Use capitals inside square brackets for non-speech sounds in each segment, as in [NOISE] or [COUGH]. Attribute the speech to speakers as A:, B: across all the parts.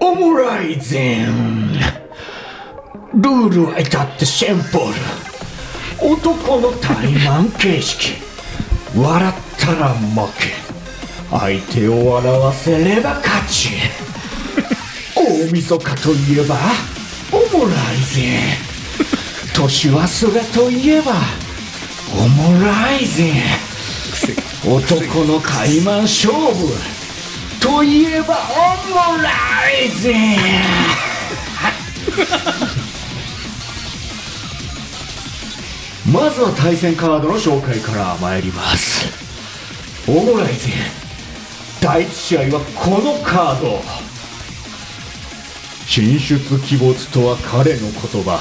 A: おもろいぜんルールは至ってシンプル男の怠慢形式笑ったら負け相手を笑わせれば勝ち大晦日といえばおもろいぜ年忘れといえばおもろいぜ男の怠慢勝負といえばオムライズまずは対戦カードの紹介から参りますオムライズ第1試合はこのカード進出鬼没とは彼の言葉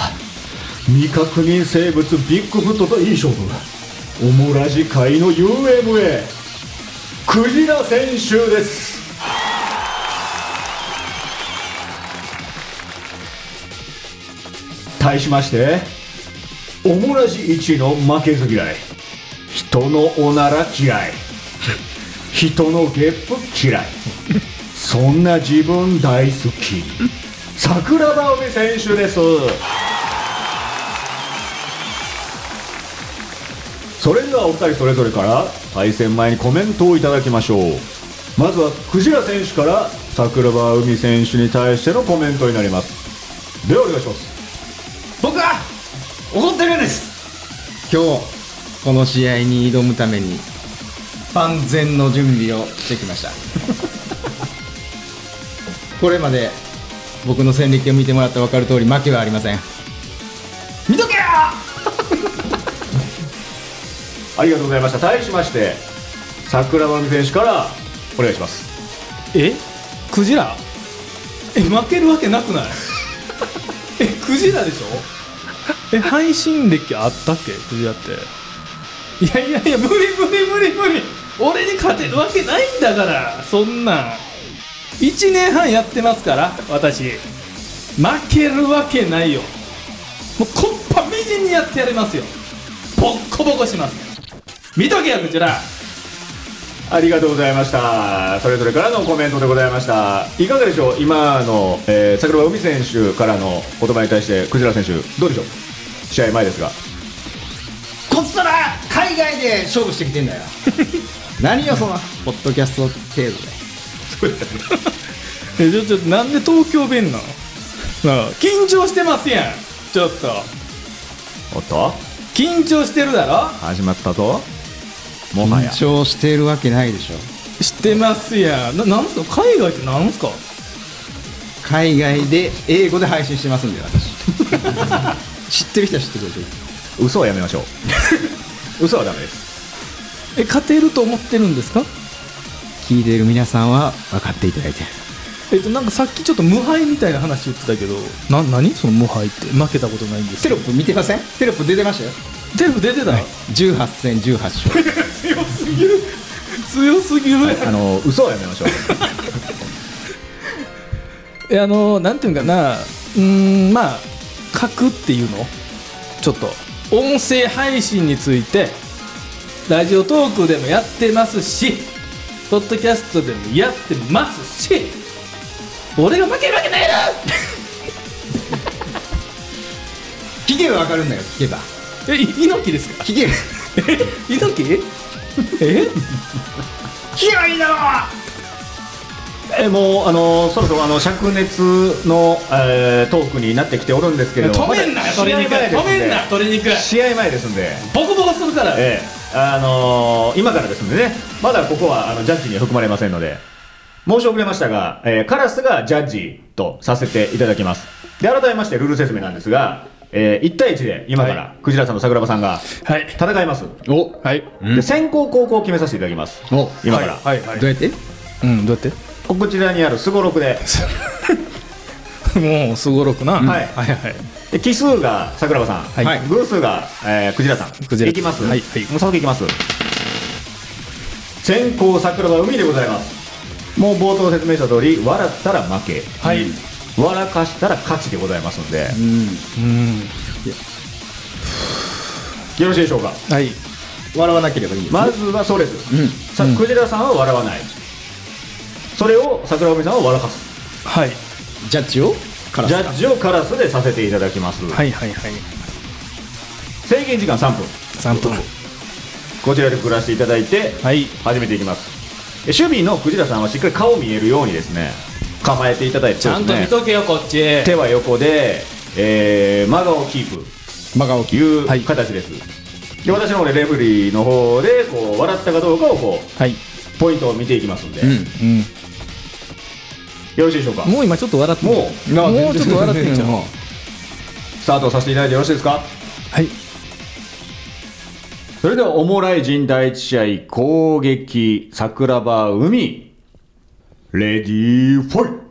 A: 未確認生物ビッグフットといい勝負オモラジ界の UMA クジラ選手です対しましてオモラジ1の負けず嫌い人のおなら嫌い人のゲップ嫌いそんな自分大好き桜庭海選手ですそれではお二人それぞれから対戦前にコメントをいただきましょうまずはクジラ選手から桜庭海選手に対してのコメントになりますではお願いします
B: 僕は怒ってるんです
C: 今日この試合に挑むために万全の準備をしてきました [LAUGHS] これまで僕の戦歴を見てもらったら分かる通り負けはありません
B: 見とけよ
A: ありがとうございました対しまして桜庭海選手からお願いします
D: えクジラえ負けるわけなくないえクジラでしょえ配信歴あったっけクジラっていやいやいや無理無理無理無理俺に勝てるわけないんだからそんなん1年半やってますから私負けるわけないよもうコッパみじんにやってやりますよボッコボコします見とけよクジラ
A: ありがとうございましたそれぞれからのコメントでございましたいかがでしょう今の、えー桜庭海選手からの言葉に対してクジラ選手どうでしょう試合前ですが
C: こっそら海外で勝負してきてんだよ [LAUGHS] 何よそのポッドキャスト程度で
D: えちょちょなんで東京弁なのなんか緊張してますやんちょっと
A: おっと
D: 緊張してるだろ
A: 始まったぞもは
C: 緊
A: や
C: 張しているわけないでしょ
D: してますやんななんすか海外ってなんすか
C: 海外で英語で配信してますんで私 [LAUGHS] 知ってる人は知ってくれてる
A: 嘘はやめましょ [LAUGHS] う嘘はダメです
D: え勝てると思ってるんですか
C: 聞いている皆さんは分かっていただいて
D: えっとなんかさっきちょっと無敗みたいな話言ってたけどな何その無敗って負けたことないんです
C: テロップ見てませんテロップ出てましたよ
D: テレビ出てた、
C: 18戦18勝
D: 強すぎる強すぎるやん
A: あの嘘はやめましょう
D: えあのなんていうんかなうーんまあ書くっていうのちょっと音声配信についてラジオトークでもやってますしポッドキャストでもやってますし俺が負けるわけないだ
C: 聞けば分かるんだよ聞けば
D: ろえい猪木ですか
C: 聞けば
D: え猪木え
A: えもうあのそろそろあの灼熱の、えートークになってきておるんですけれども
D: 止めんなよ鶏肉
A: 試合前です
D: 止
A: んで
D: めん
A: 試合前で
D: な鶏肉
A: すんで
D: ボコボコするから、
A: ええあのー今からですんでねまだここはあのジャッジには含まれませんので申し遅れましたが、えーカラスがジャッジとさせていただきますで改めましてルール説明なんですが、え1対1で今から、クジラさんと桜庭さんが
D: はい
A: 戦います
C: お
D: はい
A: で先行後攻を決めさせていただきます
C: お
A: 今から、
D: はいはい
C: どうやって
D: うんどうやっ
A: こちらにあるすごろくで
D: て [LAUGHS] もうすごろくな、
A: はい
D: はいはい
A: で奇数が桜庭さん、
C: はい
A: 偶数が、えー、クジラさん
D: クジラ
A: いきます、
D: はいはい
A: もう早速いきます先行桜庭海でございますもう冒頭説明した通り笑ったら負け
D: はい
A: 笑かしたら勝ちでございますので、
D: うん
A: よろしいでしょうか
D: はい
C: 笑わなければいいんです
A: まずはそうです、
C: うん
A: さクジラさんは笑わないそれを桜庭海さんは笑かす
D: はい
C: ジャッジをから
A: ジャッジをカラスでさせていただきます、
E: はいはいはい
A: 制限時間3分
E: 3分
A: こちらで暮らしていただいて
E: はい
A: 始めていきますえ守備のクジラさんはしっかり顔見えるようにですね構えていただいて、
F: ちゃんと見
A: そうですね
F: とけよこっち
A: 手は横で、えー、真顔キープ
C: 真顔
A: という形です、で私の方でレフェリーの方でこう笑ったかどうかをこ
E: はい、
A: うポイントを見ていきますんで、よ
E: う
A: ろしいでしょうか
E: ん、もう今ちょっと笑って
A: もう
E: もうちょっと笑ってんじゃんは
A: スタートさせていただいてよろしいですか
E: い
A: それではおもらい人第一試合攻撃桜庭海レディーファイト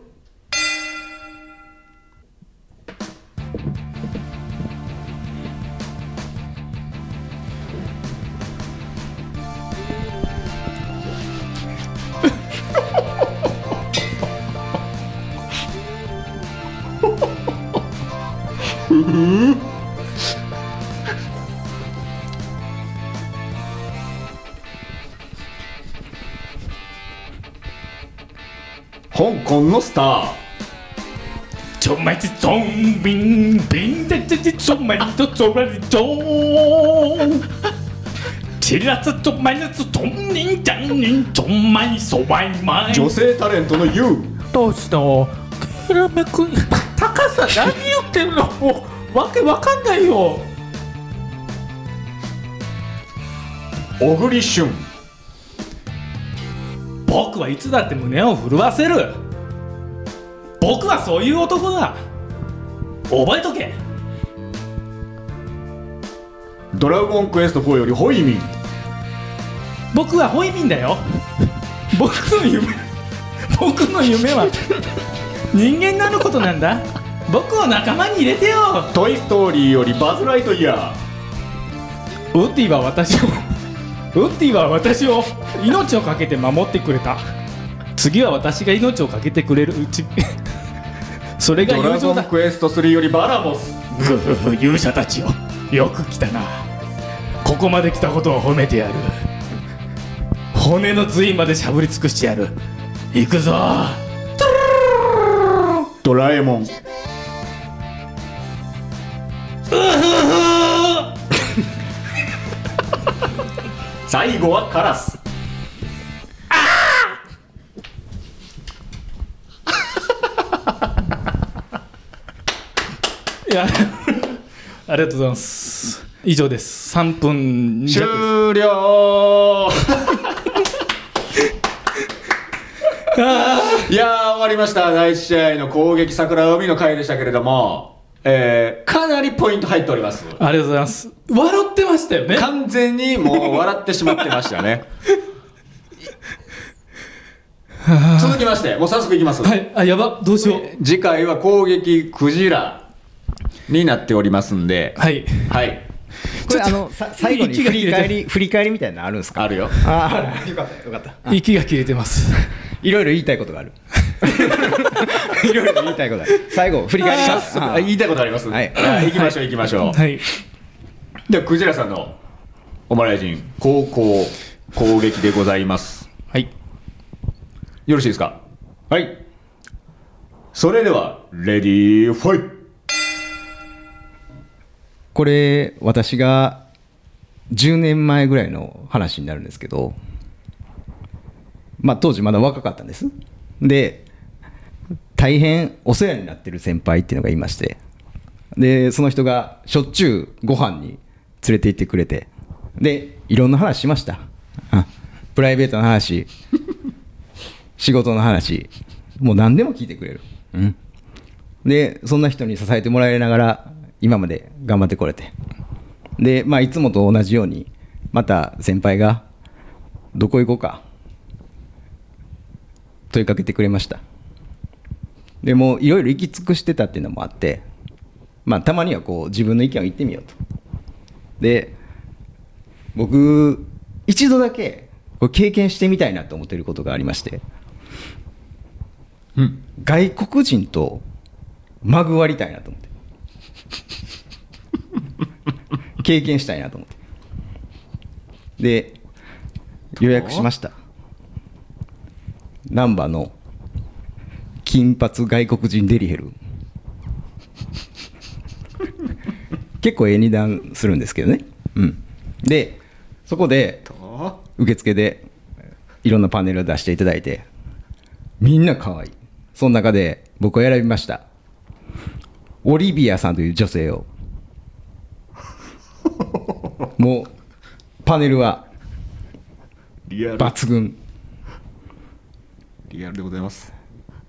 A: 香港のスター
D: ちょまじゾンビンビンでちちちょまりとちょまりちょちらつちょまりつとんにんじゃんにんちょまいそばいまい
A: 女性タレントの YOU
D: どうしたひらめく高さ何言ってるのもうわけわかんないよ
A: 小栗旬
D: 僕はいつだって胸を震わせる僕はそういう男だ覚えとけ
A: ドラゴンクエスト4よりホイミン
D: 僕はホイミンだよ [LAUGHS] 僕の夢 [LAUGHS] 僕の夢は人間になることなんだ僕を仲間に入れてよ
A: トイ・ストーリーよりバズ・ライトイヤ
D: ウッディは私を [LAUGHS] ウッディは私を命を懸けて守ってくれた次は私が命を懸けてくれるうち [LAUGHS] それ
A: ー
D: が
A: ドラ
D: 友
A: ゴ
D: 情
A: ン
D: だ
A: クエスト3よりバラモス
D: ぐふふ [LAUGHS] 勇者たちよよく来たなここまで来たことを褒めてやる骨の髄までしゃぶり尽くしてやる行くぞ
A: ドラえもん最後はカラス
D: いや [LAUGHS] ありがとうございます以上です3分
A: 終
D: 弱
A: 了 [LAUGHS] いやー終わりました第1試合の攻撃桜海の回でしたけれども、えー、かなりポイント入っております
D: ありがとうございます笑ってましたよね
A: 完全にもう笑ってしまってましたね続きましてもう早速いきます、
D: はいあやばどうしよう
A: 次回は攻撃クジラになっておりますんで
D: はい
A: はい
C: これあのさ最後に
D: 息
C: 振
D: が切
C: り
D: れて
C: 返
D: る
C: [LAUGHS] り振り返りみたいなのあるんですか
A: あるよ
C: ああよかったよか
A: [LAUGHS]
C: った
D: 息が切れてます
C: いろいろ言いたいことがあるいろいろ言いたいことある最後振り返ります
A: あ言いたいことあります
C: はい
A: あ行きましょう行きましょう、
D: はい
A: ではクジラさんのおまらい人高校攻撃でございます
D: はい
A: よろしいですかはいそれではレディーファイト
C: これ私が10年前ぐらいの話になるんですけど、まあ、当時まだ若かったんですで大変お世話になってる先輩っていうのがいましてでその人がしょっちゅうご飯に連れて行ってくれてでいろんな話しましたあプライベートの話仕事の話もう何でも聞いてくれる、うん、でそんな人に支えてもらいながら今まで頑張ってこれてで、まあ、いつもと同じようにまた先輩が「どこ行こうか」問いかけてくれましたでもういろいろ行き尽くしてたっていうのもあって、まあ、たまにはこう自分の意見を言ってみようとで僕一度だけこれ経験してみたいなと思ってることがありまして外国人とまぐわりたいなと思って経験したいなと思ってで予約しました難波の金髪外国人デリヘル結構ええ二段するんですけどね、うん、でそこで受付でいろんなパネルを出していただいてみんな可愛いその中で僕を選びましたオリビアさんという女性をもうパネルは
A: リアル
C: 抜群
A: リアルでございます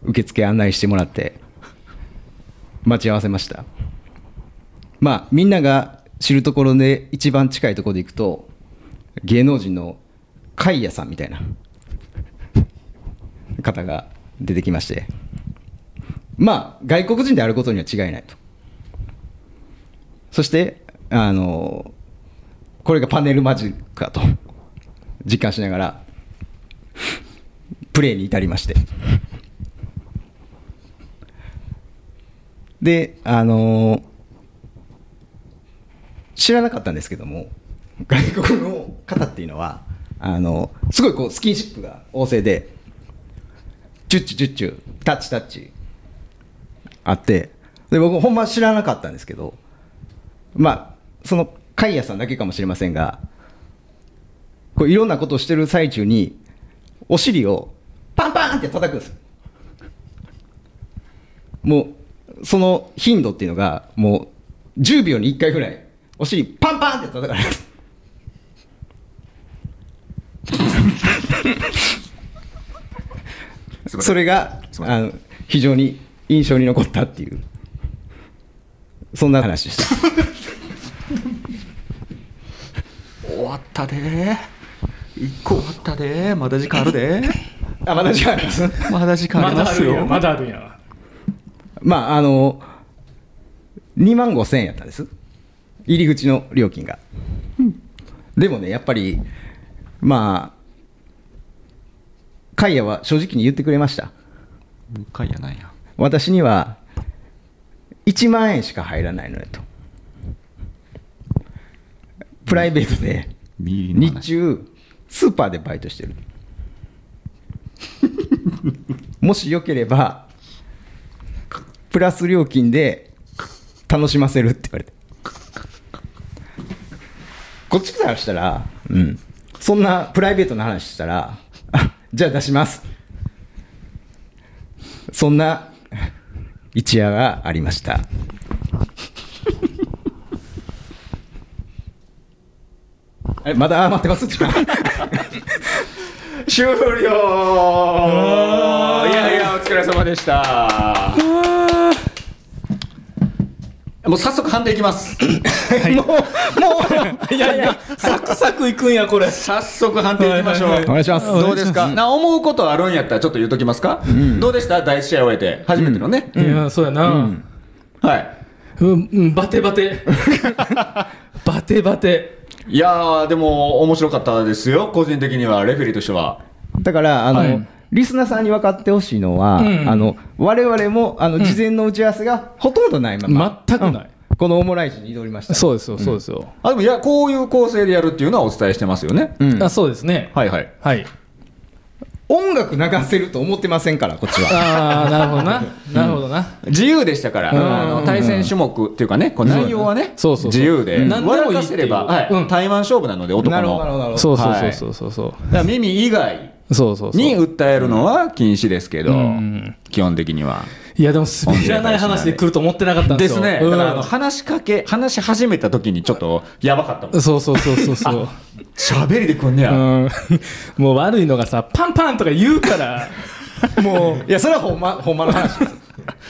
C: 受付案内してもらって待ち合わせましたまあみんなが知るところで一番近いところで行くと芸能人のカイヤさんみたいな方が出てきましてまあ外国人であることには違いないとそしてあのこれがパネルマジックかと実感しながらプレーに至りましてであのー知らなかったんですけども外国の方っていうのはあのすごいこうスキンシップが旺盛でチュッチュチュッチュタッチタッチあってで僕ほんま知らなかったんですけどまあそのカイヤさんだけかもしれませんがこういろんなことをしてる最中にお尻をパンパンって叩くんですよもうその頻度っていうのがもう10秒に1回ぐらいお尻パンパンって叩かれます
A: すいません
C: それが
A: すいません
C: あの非常に印象に残ったっていうそんな話
A: [LAUGHS]
C: でした
A: 終わったでー一個終わったでーまだ時間あるでー
C: あまだ時間あります
A: まだ時間あ
G: ま
A: りま
G: だあ
A: す
G: るんや
A: よ
G: まだあるんや
C: まああの2万5千円やったんです入り口の料金が、でもねやっぱりまあカイヤは正直に言ってくれました
A: もう一回やなんや
C: 私には1万円しか入らないのよとプライベートで
A: ミリの
C: 日
A: 話
C: 中スーパーでバイトし
A: [LAUGHS]
C: てるもしよければプラス料金で楽しませるって言われてこっちからしたら、うん、そんなプライベートな話したら [LAUGHS] あじゃあ出しますそんな一夜がありましたえまだあ待ってます [LAUGHS] ちょっと待って
A: 終了いやいやお疲れ様でしたもう早速判定いきます
D: いやいや、サクサクいくんや、これ。
A: 早速判定いきましょう、
D: はいはい
C: お願いします
A: どうですかな思うことあるんやったらちょっと言うときますか、どうでした第一試合終えて初めてのね、
D: いや、そうやな。
A: はい
D: うん、うん、バテバ [LAUGHS] テ。バテバテ。
A: いやーでも面白かったですよ個人的にはレフェリーとしては
C: だからあの、
D: はい
C: リスナーさんに分かってほしいのは、
D: ん
C: あの我々もあの、事前の打ち合わせがほとんどないまま
D: 全くない
C: うんこのオムライスに挑みました
D: そうですよ、そうですよ。
A: あでもいやこういう構成でやるっていうのはお伝えしてますよね、
C: うん
D: あ、そうですね。
A: はいはい
D: はい。
C: 音楽流せると思ってませんからこっち
D: [LAUGHS]
C: は
D: ああ、なるほどな。なるほどな。
A: 自由でしたから、あの対戦種目っていうかね、こう内容はね、
D: そうそうそう
A: 自由で、
D: うん
A: 笑かせれば、
D: 何でもいいっていう
A: は
D: う
A: い、
D: ん
A: 対マン勝負なので、男の。
C: なるほどなるほどなるほど
D: そうそうそうそうそうそう。
A: だから耳以外
D: そうそうそう。
A: に訴えるのは禁止ですけど、
D: うん
A: 基本的には。
D: いや、でも滑らない話で来ると思ってなかったんで
A: ですす
D: よ。
A: ね、
D: う
A: だ
D: ん
A: からあの話しかけ、話し始めた時にちょっとやばかったもん。
D: そうそうそうそうそう。
A: 喋りでくんね
D: [LAUGHS] う
A: や。
D: ん、もう悪いのがさ、パンパンとか言うから、もう、
C: いやそれはほんまほんまの話で
D: [LAUGHS]
C: す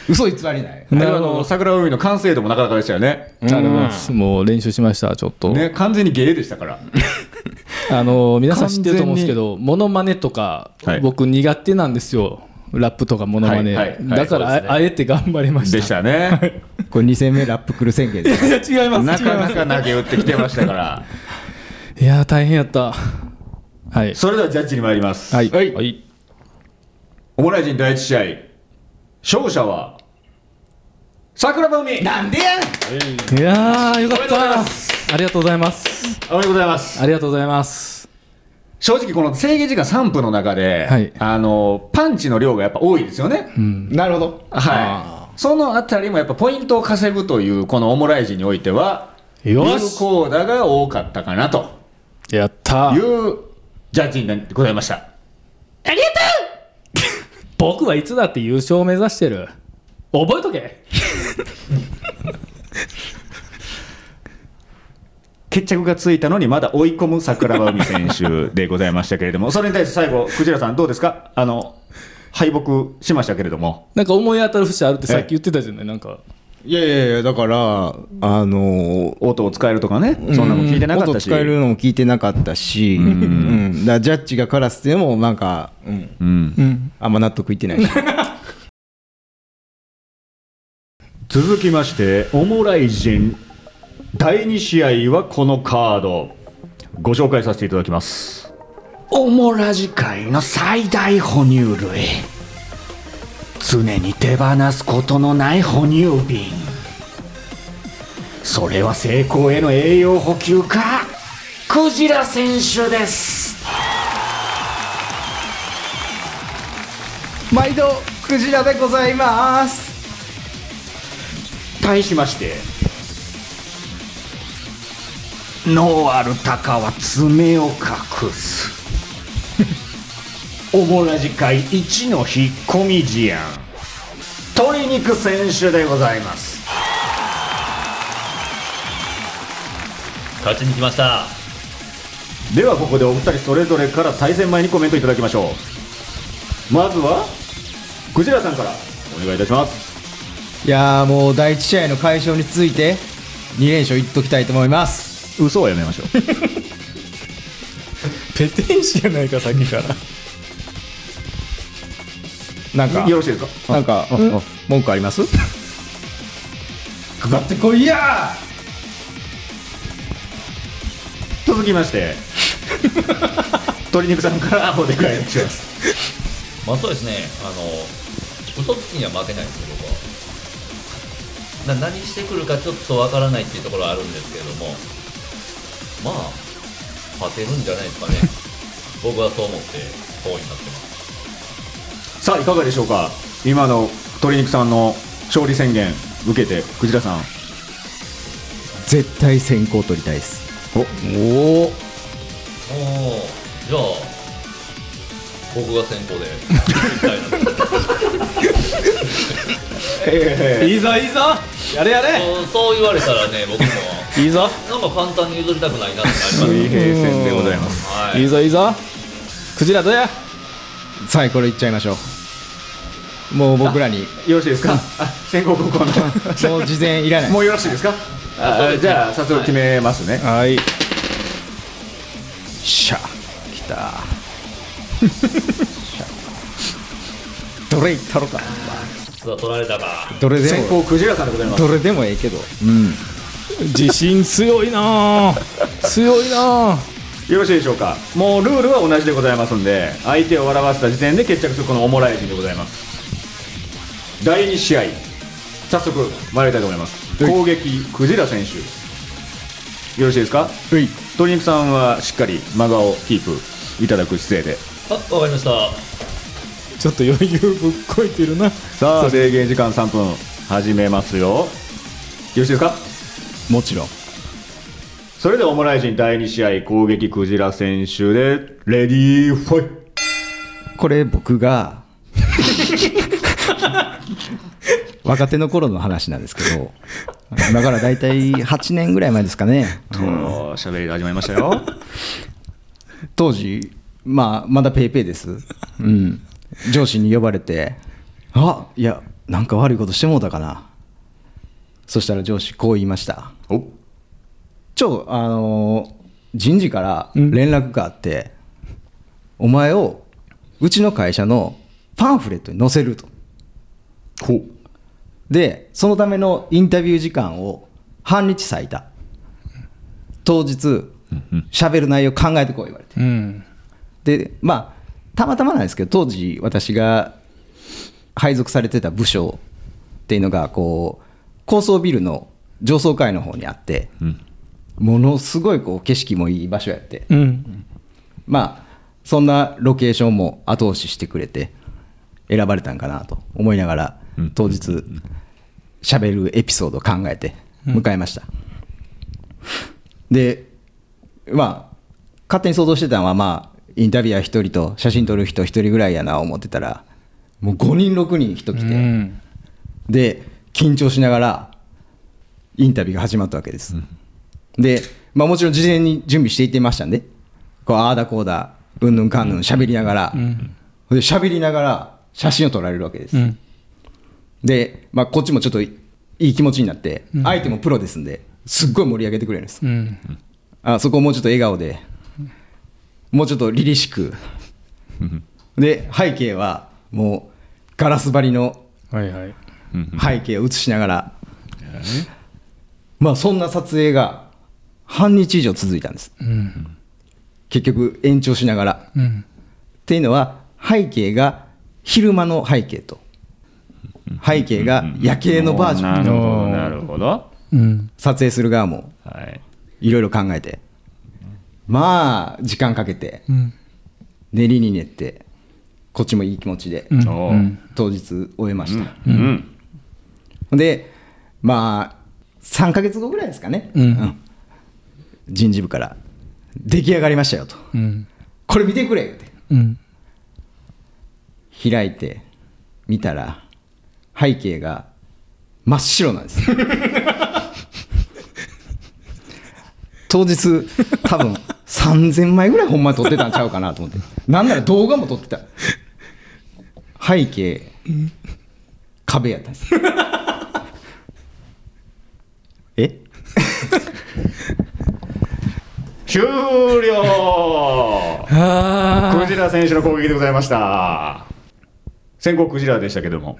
C: 嘘偽りない
A: あれ
D: なる
A: はあ
D: ほ
A: の
D: ど
A: 桜海の完成度もなかなかでしたよね。
D: なるほどですもう練習しました、ちょっと。
A: ね、完全にゲーでしたから。
D: あの皆さん知ってると思うんですけど、モノマネとか、
A: はい
D: 僕苦手なんですよ。ラップとかモノマネ、
A: はいはいはい
D: だからあ,、
A: そうですね
D: えて頑張りました。
A: でしたね。
C: これ2戦目ラップ来る宣言で
D: い [LAUGHS] や違います。
A: なかな
D: 違い
A: か
D: ま
A: 投げ打ってきてましたから。
D: すいや大変やった。はい。
A: それではジャッジに参ります。
D: はい。
A: はい
D: い。
A: オムライジン第一試合勝者は桜庭海なんでやん
D: いやーよか
A: おめで
D: っ
A: とうござい
D: た
A: ま。
D: ありがとうございます。
A: おめでとうございます
D: ありがとうございます。
A: 正直この制限時間3分の中で、
D: はい
A: あのパンチの量がやっぱ多いですよね、
C: なるほど。
A: はいそのあたりもやっぱポイントを稼ぐというこのオムライジにおいては有
D: よし
A: 効打が多かったかなと
D: やった
A: いうジャッジにございました
D: 僕はいつだって優勝を目指してる覚えとけ
A: 決着がついたのにまだ追い込む桜庭海選手でございましたけれど [LAUGHS] もそれに対して最後クジラさんどうですかあの敗北しましたけれども
D: なんか思い当たる節あるってさっき言ってたじゃないなんか
C: いやいやいや、だから、あのー
A: 音を使えるとかねそんなの聞いてなかったし、
C: 音使えるのも聞いてなかったし、うんだからジャッジがカラスっていうのも、なんか、うん
A: うん
C: あんま納得いってないし。
A: 続きましてオモライジン第2試合はこのカードご紹介させていただきます
B: オモラジ界の最大哺乳類常に手放すことのない哺乳瓶それは成功への栄養補給かクジラ選手です
C: 毎度、クジラでございます。
A: 対しまして
B: ノーアルタカは爪を隠
A: [LAUGHS]
B: す
A: オモラジ界一の引っ込み思案鶏肉選手でございます
H: 勝ちに来ました
A: ではここでお二人それぞれから対戦前にコメントいただきましょうまずはクジラさんからお願いいたします
C: いやー、もう第一試合の解消について、2連勝いっときたいと思います。
A: 嘘はやめましょう
D: ペテン師やないかさっきから
C: なん
A: [LAUGHS]
C: か、
A: よろしいですか
C: なんか、文句あります
D: かかってこいや
A: 続きまして [LAUGHS] 鶏肉さんからお願いします
H: まあそうですねあの嘘つきには負けないんですよ僕はな何してくるかちょっとわからないっていうところはあるんですけれどもまあ勝てるんじゃないですかね [LAUGHS] 僕はそう思ってこうになってます
A: さあいかがでしょうか今の鶏肉さんの勝利宣言受けてクジラさん
C: 絶対先行取りたいです。
A: おお
H: おおじゃあ僕が先行で行きたいなと [LAUGHS]
A: え
D: いいぞいいぞやれやれ
H: そうそう言われたらね僕も
D: いいぞ
H: なんか簡単に譲りたくないなってなります
A: ー、水平線でございます
H: はい
D: い
H: い
D: いぞいいぞクジラどうや
C: さあ、これいっちゃいましょう。もう僕ら [LAUGHS] に、
A: よろしいですかあ先行高校の
C: もう事前いらな
A: [LAUGHS]
C: い。
A: もうよろしいですかあじゃあ早速決めますね、
D: はい
C: しゃきた [LAUGHS] どれいったろか
H: さあ取られたか
C: どれで
A: 先
C: も
A: 行クジラさんでございます
C: どれでもええけど
D: 自信強いなぁ強いなぁ
A: よろしいでしょうかもうルールは同じでございますんで相手を笑わせた時点で決着するこのオモライジンでございます第2試合早速参りたいと思います攻撃クジラ選手よろしいですか
C: はい
A: 鶏肉さんはしっかり真顔をキープいただく姿勢で
H: あわかりました
D: ちょっと余裕ぶっこいてるな
A: さあ制限時間3分始めますよよろしいですか
C: もちろん
A: それではオムライジン第2試合攻撃クジラ選手でレディーファイト
C: これ僕が若手の頃の話なんですけど今から大体8年ぐらい前ですかね
A: おー喋り始めましたよ
C: 当時、まあ、まだペイペイです、うん、上司に呼ばれて「あいやなんか悪いことしてもうたかな」そしたら上司こう言いました
A: お
C: 「ちょあのー人事から連絡があって、お前をうちの会社のパンフレットに載せると」でそのためのインタビュー時間を半日割いた当日喋る内容考えてこい言われて。
D: うん
C: でまあたまたまなんですけど当時私が配属されてた部署っていうのがこう高層ビルの上層階の方にあって、ものすごいこう景色もいい場所やって、
D: うん
C: まあそんなロケーションも後押ししてくれて選ばれたんかなと思いながら当日喋るエピソードを考えて迎えました、でまあ勝手に想像してたのはまあインタビュアー1人と写真撮る人1人ぐらいやな思ってたらもう5人6人人来て、
D: うん
C: で緊張しながらインタビューが始まったわけです、で、まあ、もちろん事前に準備していってましたんでこうああだこうだうんぬんかんぬん喋りながら、で喋りながら写真を撮られるわけです、
D: うん
C: で、まあ、こっちもちょっといい気持ちになって、相手もプロですんですっごい盛り上げてくれるんです、
D: うん
C: あそこをもうちょっと笑顔でもうちょっと凛々しくで背景はもうガラス張りの
D: はいはい [LAUGHS]
C: 背景を映しながら、まあそんな撮影が半日以上続いたんです、
D: うん
C: 結局延長しながら。
D: うん
C: っていうのは背景が昼間の背景と背景が夜景のバージョン
A: なるほどなるほど
D: うん
C: 撮影する側も
A: はい
C: いろいろ考えてまあ時間かけて
D: うん
C: 練りに練ってこっちもいい気持ちで
D: うん
A: おう
D: うん
C: 当日終えました、
A: うん
C: でまあ3ヶ月後ぐらいですかね、
D: うん
C: 人事部から出来上がりましたよと
D: うん
C: これ見てくれって
D: うん
C: 開いて見たら背景が真っ白なんです当日多分3000枚ぐらいほんまに撮ってたんちゃうかなと思ってなんなら動画も撮ってた背景壁やったんですえ
A: 終了
D: あ
A: クジラ選手の攻撃でございました先行クジラでしたけども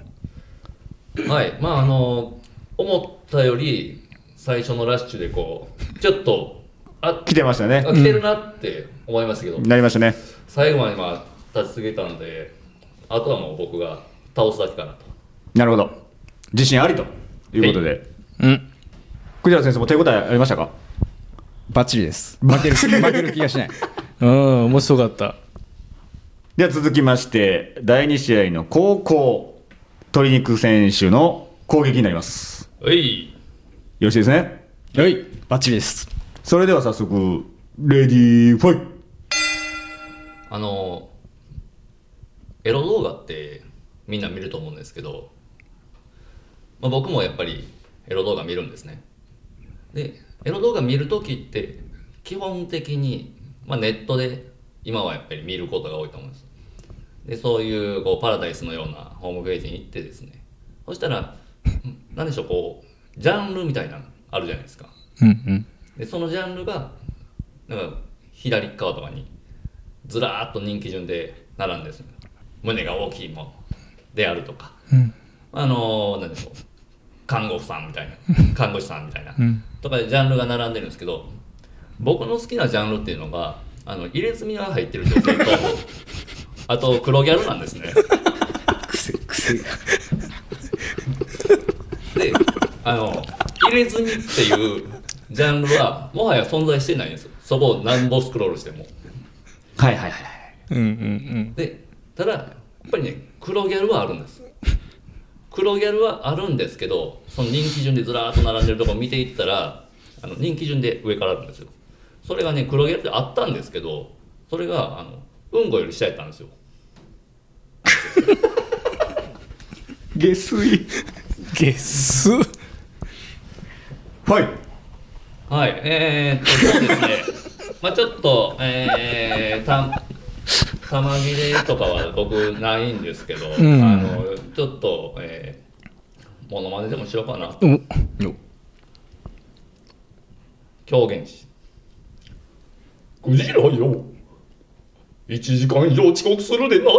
H: はい、まああの思ったより最初のラッシュでこうちょっとあ
A: 来てましたね
H: あ来てるなって思いましたけど、
A: なりましたね
H: 最後までまあ立ち続けたのであとはもう僕が倒すだけかなと
A: なるほど自信ありということで
D: うん
A: クジラ先生も手応えありましたか
C: バッチリです負ける負ける気がしない
D: うん面白かった
A: では続きまして第2試合の後攻鶏肉選手の攻撃になります
H: えい
A: よろしいですね
C: はいバッチリです
A: それでは早速レディーファイ
H: あのエロ動画ってみんな見ると思うんですけど、まあ、僕もやっぱりエロ動画見るんですねでエロ動画見るときって基本的に、まあ、ネットで今はやっぱり見ることが多いと思うんですでそういうこうパラダイスのようなホームページに行ってですねそしたらん何でしょうこうジャンルみたいなのあるじゃないですか
D: うんうん
H: でそのジャンルがなんか左側とかにずらーっと人気順で並んでるんですよ胸が大きいものであるとか、
D: うん
H: あのー、なんでしょう看護婦さんみたいな看護師さんみたいな、
D: ん
H: とかでジャンルが並んでるんですけど僕の好きなジャンルっていうのがあの入れ墨が入ってる女性とあと黒ギャルなんですね。であの入れ墨っていうジャンルはもはや存在してないんですよそこをなんぼスクロールしても
A: はいはいはい
D: うんうん
H: でただやっぱりね黒ギャルはあるんです黒ギャルはあるんですけどその人気順でずらーっと並んでるとこ見ていったらあの人気順で上からあるんですよそれがね黒ギャルってあったんですけどそれがあのうんこより下やったんですよ
A: 下水
D: ゲス
A: ファイ
H: はい、えー、っと、そうですね。まあちょっと、えー、た、玉切れとかは僕ないんですけど、
D: ん
H: あの、ちょっと、えー、モノマネでもしようかな。
D: お
H: 狂言師。クジラよ。1時間以上遅刻するでない。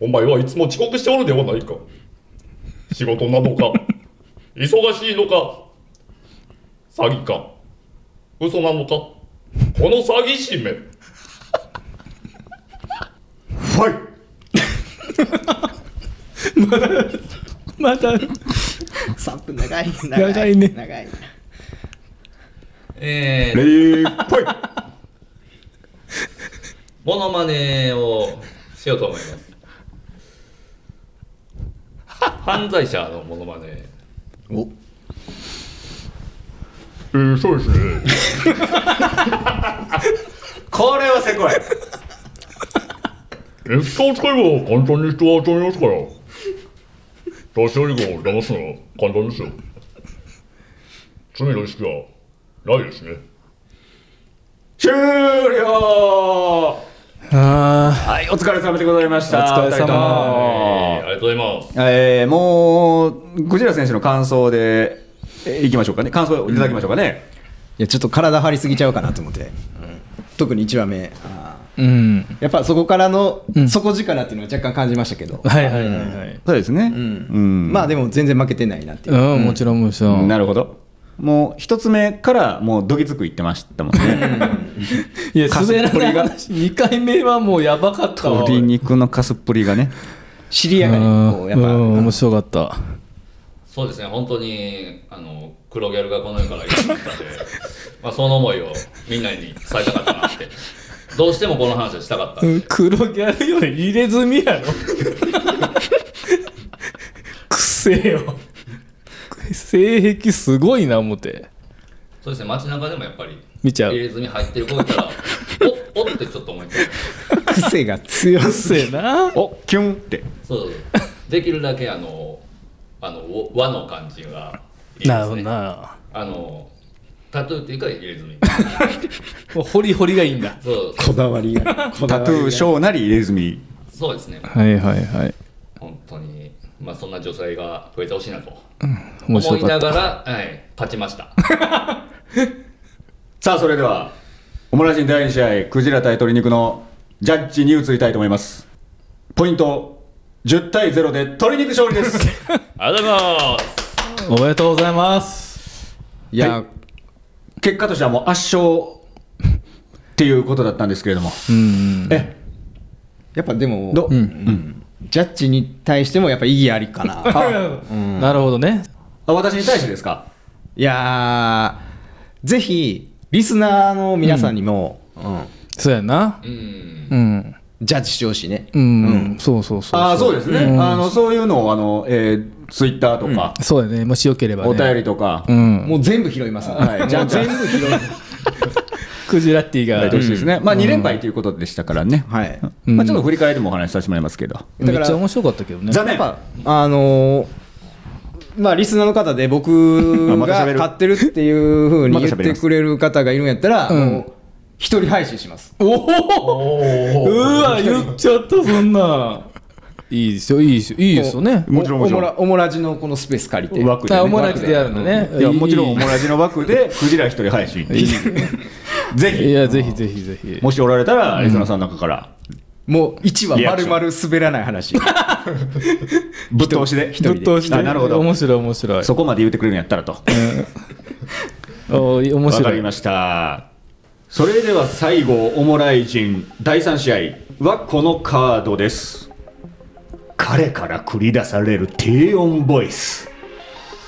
H: お前はいつも遅刻しておるではないか。仕事なのか、忙しいのか、詐欺か、嘘なのか、この詐欺師め。
A: ファイ
D: また
B: 3分長い
D: 長いね
B: 長い
H: え
A: レディーファイ
H: モノマネをしようと思います犯罪者のモノマネ
C: お
A: これはせこい
I: エクター使えば簡単に人は集めますから。年寄り子を騙すのは簡単ですよ。罪の意識はないですね。
A: 終了
D: あ
A: はい、お疲れ様でございました。
D: お疲
A: 二
D: れ様
A: 人とも
H: ありがとうございます
A: えー、もう、ゴジラ選手の感想で、えーいきましょうかね。感想をいただきましょうかね。
C: いやちょっと体張りすぎちゃうかなと思って、特に1話目
D: ーうん
C: やっぱそこからの
D: うん
C: 底力っていうのは若干感じましたけど、
D: はいはいはいはい
A: そうですね。う
C: まあでも全然負けてないなっていう、
D: うん、もちろんもちろん
A: なるほど。もう、一つ目から、もう、どぎつくいってましたもんね。
D: いや
A: かす
D: 滑らない話2回目はもうやばかったわ
A: 鶏肉のかすっぷりがね。
C: 知り上がりにこうやっぱ、
D: うん面白かった
H: そうですね本当にあの黒ギャルがこの世からいなくなったので [LAUGHS] まあその思いをみんなに伝えたかったなってどうしてもこの話をしたかった
D: うん黒ギャルより入れ墨や
C: [LAUGHS]
D: ろくせえよ性癖すごいな思って
H: そうですね街中でもやっぱり
D: 見ちゃ
H: 入
D: う
H: れずに入ってる子いたらおおってちょっと思いついた
C: 癖が強い
D: くせえな
A: お、キュンって。
H: そうできるだけあのあのお和の感じがいいですね
D: なるほどな
H: あのタトゥーっていうか入れ墨
D: もうホリホリがいいんだ
H: そう
C: こだわりが
A: タトゥー、ショーなり、入れ墨。
H: そうですね
D: はいはいはい
H: 本当にまあそんな女性が増えてほしいなと
D: 面
H: 思
D: 白
H: い
D: か
H: な
D: っ
H: が
D: た
H: ら、はい、勝ちました
A: さあ、それでは、オムラジン第2試合、クジラ対鶏肉のジャッジに移りたいと思います。ポイント、10対0で鶏肉勝利です。
H: ありがとうございます
D: おめでとうございます
C: いや、
A: 結果としてはもう圧勝っていうことだったんですけれども、え
C: やっぱでも
A: ど、
C: ジャッジに対してもやっぱ意義ありかな
D: なるほどね
A: あ私に対してですか
C: いやーぜひリスナーの皆さんにも、うん
D: そうやな
H: うん
D: うん
C: ジャッジしてほしいね
D: うんそうそうそう
A: あそうですね、
D: ん
A: あのそういうのをあの、えー、ツイッターとか、
D: そうやねもしよければね
A: お便りとか、
D: うん
C: もう全部拾いますので、
A: はいじゃあ
C: もう全部拾います
D: クジラッティ
A: いた
D: が
A: だいてほしいですね、まあ、2連敗ということでしたからね、
C: はい
D: うん
A: まあ、ちょっと振り返りでもお話しさせてもらいますけど、
D: めっちゃ面白かったけどね
A: 残
C: や
A: 念
C: っぱあのーまあリスナーの方で僕
A: また
C: が
A: 喋る
C: 買ってるっていうふうに言ってくれる方がいるんやったら
D: うん
C: もう一人配信します
D: おおうわ言っちゃったそんないいですよいいですよいいですよね
A: もちろん
C: お
A: もちろん
C: おもらおもらじのこのスペース借りて
A: 枠で、
D: あ
A: ね、
D: おもらじでやるのね
A: いやもちろん
D: い
A: おもらじの枠でクジラ一人配信ぜ
D: いい
A: ひ
D: やぜひぜひぜひ
A: もしおられたらリスナーさんの中から
C: もう1話
A: リア
C: ま
A: クシ
C: る
A: ョン
C: まる滑らない話
A: ぶっ通しで
C: 一人で
D: どうして
A: あなるほど
D: 面白い面白い
A: そこまで言ってくれるんやったらと
D: おー面
A: わか
D: 白
A: り
D: い
A: ましたそれでは最後オモライ人第3試合はこのカードです彼から繰り出される低音ボイス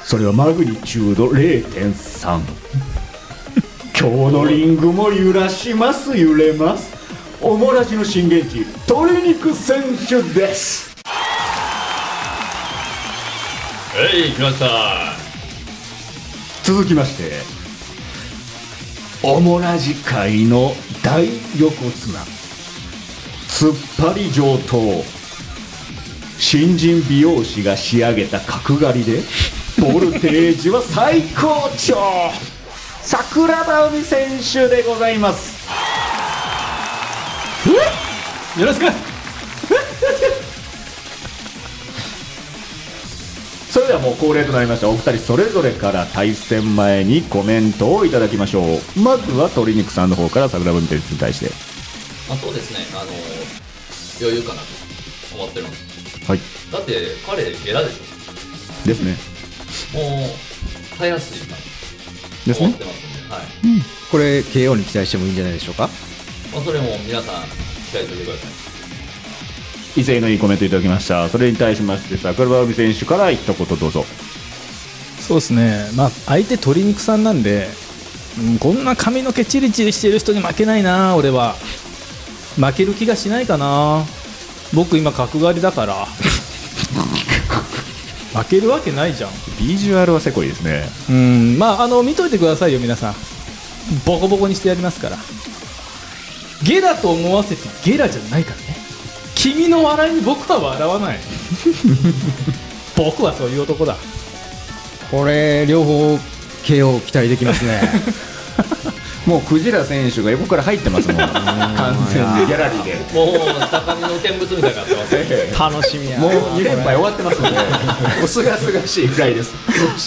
A: それはマグニチュード0.3今日のリングも揺らします揺れますオモラジの震源地鶏肉選手です
H: はい来ました
A: 続きましてオモラジ界の大横綱突っ張り上等新人美容師が仕上げた角刈りでボルテージは最高潮桜庭海選手でございます
D: よろしく
A: それではもう恒例となりましたお二人それぞれから対戦前にコメントをいただきましょうまずは鶏肉さんの方から桜庭海選手に対して
H: まあそうですねあの余裕かなと思ってるんです
A: はい
H: だって彼ゲラでし
A: ですね
H: ょもう林さん
A: です
H: 思っ
A: ね
H: てますんで、はい
C: これ KO に期待してもいいんじゃないでしょうか
H: まあ、それも皆さん期待しておいてください
A: 威勢のいいコメントいただきましたそれに対しまして桜庭海選手から一言どうぞ
D: そうですねまあ相手鶏肉さんなんでうんこんな髪の毛チリチリしてる人に負けないな俺は負ける気がしないかな僕今角刈りだから負けるわけないじゃん
A: ビジュアルはせこいですね
D: うんまああの見といてくださいよ皆さんボコボコにしてやりますからゲラと思わせてゲラじゃないからね君の笑いに僕は笑わない僕はそういう男だ
C: これ両方 KO 期待できます [LAUGHS] ね
A: もうクジラ選手が横から入ってますもん完全にギャラリーで
H: もう高みの見物みたいになってます
D: [LAUGHS]
H: ね
C: 楽しみや
A: もう2連敗終わってますので、おすがすがしいぐらいです、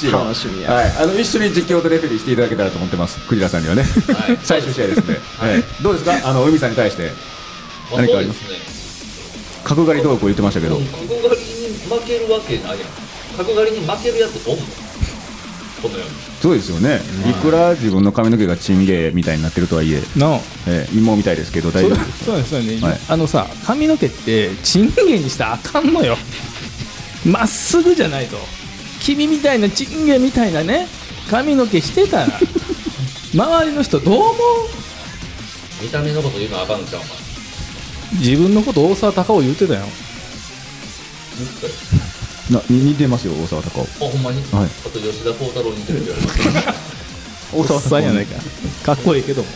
A: 楽しみや、はい、あの一緒に実況とレフェリーしていただけたらと思ってます、クジラさんにはね、最終試合ですね、はい、どうですか、あの海さんに対して、
H: まあ、
A: 何か
H: そ
A: あ
H: う
A: りま
H: で
A: す
H: すね
A: 角刈りどうこう言ってましたけど
H: うん、角刈りに負けるわけないやん角刈りに負けるやつおんのこの世に
A: そうですよね、いくら自分の髪の毛がチンゲーみたいになってるとはいえ、
D: の
A: えー、芋みたいですけど、大
D: そう
A: 丈夫
D: だそうですよね、
A: はい
D: あのさ髪の毛ってチンゲンにしたらあかんのよ [LAUGHS] まっすぐじゃないと君みたいなチンゲンみたいなね髪の毛してたら周りの人どう思う
H: 見た目のこと言うのあかんのちゃうか
D: 自分のこと大沢たかお言ってたよ
H: 言ったよ
A: なに似てますよ、大沢たか
H: あほんま
A: はい
H: に、あと吉田鋼太郎に似てるって言われ
D: 大沢さんやないかかっこいいけども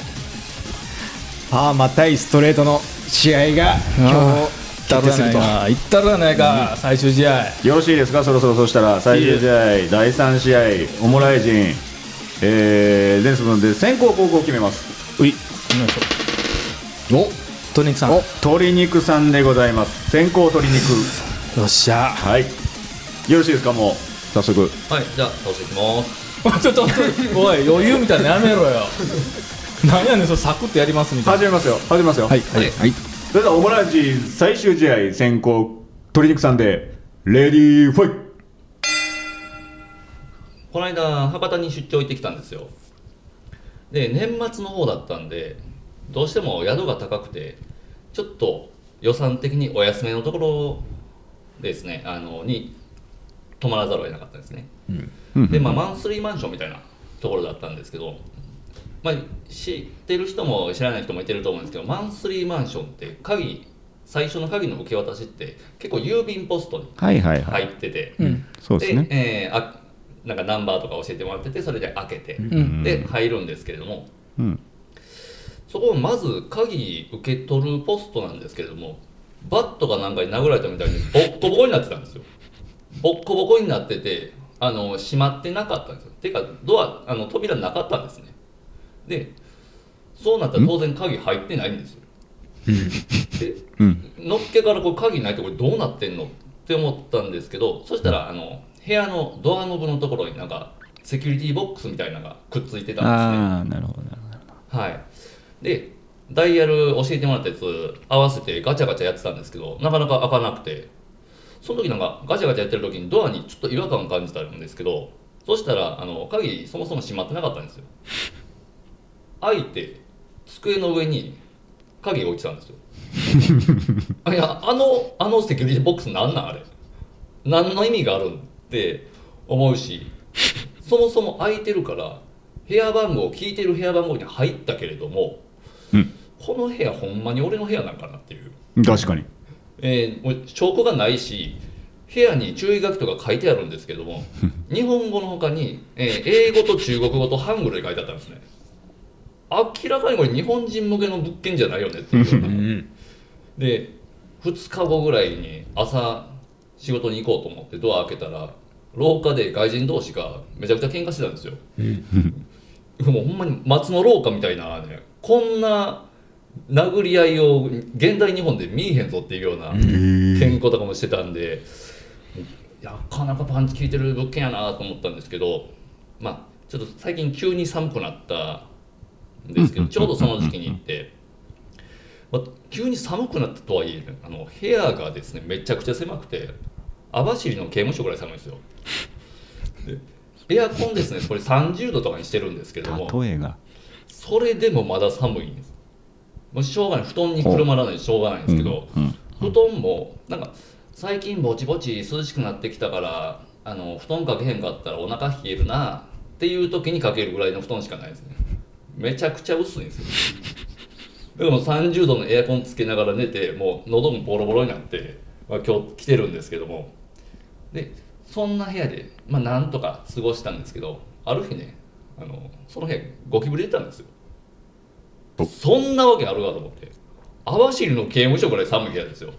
B: パーマ対ストレートの試合が今日決定すると
D: か言ったらないか、最終試合
A: よろしいですか、そろそろそしたら、最終試合、第3試合、オモライジン、えー、ですので、先行後攻決めます。
D: トニックさん
A: お
D: よ
A: 鶏肉さんでございます先行鶏肉
D: っしゃ
A: はいよろしいですかもう早速
H: たはいじゃあ倒していきます
D: ちょっとおい余裕みたいなのやめろよなんやねんそれサクッとやりますみたいな
A: 始めますよ始めますよはい
H: はい、
A: それではオムライジ最終試合先行鶏肉さんでレディーファイ
H: この間博多に出張行ってきたんですよで年末の方だったんでどうしても宿が高くてちょっと予算的にお安めのところですねあのに泊まらざるを得なかったんですね、でまあマンスリーマンションみたいなところだったんですけどまあ知ってる人も知らない人もいてると思うんですけどマンスリーマンションって鍵最初の鍵の受け渡しって結構郵便ポストに
A: はいはいい
H: 入ってて、
A: そ
H: えーあなんかナンバーとか教えてもらっててそれで開けて、
D: ん
H: で入るんですけれども、
A: うん
H: そこをまず鍵受け取るポストなんですけれどもバットがなんかに殴られたみたいにボッコボコになってたんですよボッコボコになっててあの閉まってなかったんですよていうかドアあの扉なかったんですねでそうなったら当然鍵入ってないんですよでのっけからこう鍵ないとこれどうなってんのって思ったんですけどそしたらあの部屋のドアノブのところになんかセキュリティボックスみたいなのがくっついてたん
A: あなるほどなるほど
H: ですねはいでダイヤル教えてもらったやつ合わせてガチャガチャやってたんですけどなかなか開かなくてその時なんかガチャガチャやってる時にドアにちょっと違和感感じたんですけどそしたらあの鍵そもそも閉まってなかったんですよ開いて机の上に鍵が置いてたんですよあいやあのあのセキュリティボックスなんなんあれ何の意味があるんって思うしそもそも空いてるから部屋番号聞いてる部屋番号に入ったけれども、
A: うん
H: この部屋ほんまに俺の部屋なんかなっていう、
A: 確かに
H: えーもう証拠がないし部屋に注意書きとか書いてあるんですけど [LAUGHS] も日本語の他に、えー英語と中国語とハングルで書いてあったんですね明らかにこれ日本人向けの物件じゃないよねっていうようなで2日後ぐらいに朝仕事に行こうと思ってドア開けたら廊下で外人同士がめちゃくちゃ喧嘩してたんですよ。 [LAUGHS] もうほんまに松の廊下みたいなねこんな殴り合いを現代日本で見えへんぞっていうような喧嘩とかもしてたんでなかなかパンチ効いてる物件やなと思ったんですけどまあちょっと最近急に寒くなったんですけどちょうどその時期に行って。まあ、急に寒くなったとはいえねあの部屋がですねめちゃくちゃ狭くて網走の刑務所ぐらい寒いんですよでエアコンですねこれ30度とかにしてるんですけども
A: えが
H: それでもまだ寒いんですもうしょうがない布団にくるまらないしょうがないんですけど、布団もなんか最近ぼちぼち涼しくなってきたからあの布団かけへんかったらお腹冷えるな [LAUGHS] っていう時にかけるぐらいの布団しかないですねめちゃくちゃ薄いんですよでも30度のエアコンつけながら寝てもう喉もボロボロになって、まあ、今日来てるんですけどもでそんな部屋で、まあ、なんとか過ごしたんですけどある日ねあのその部屋ゴキブリ出たんですよそんなわけあるかと思って網走の刑務所ぐらい寒い部屋ですよ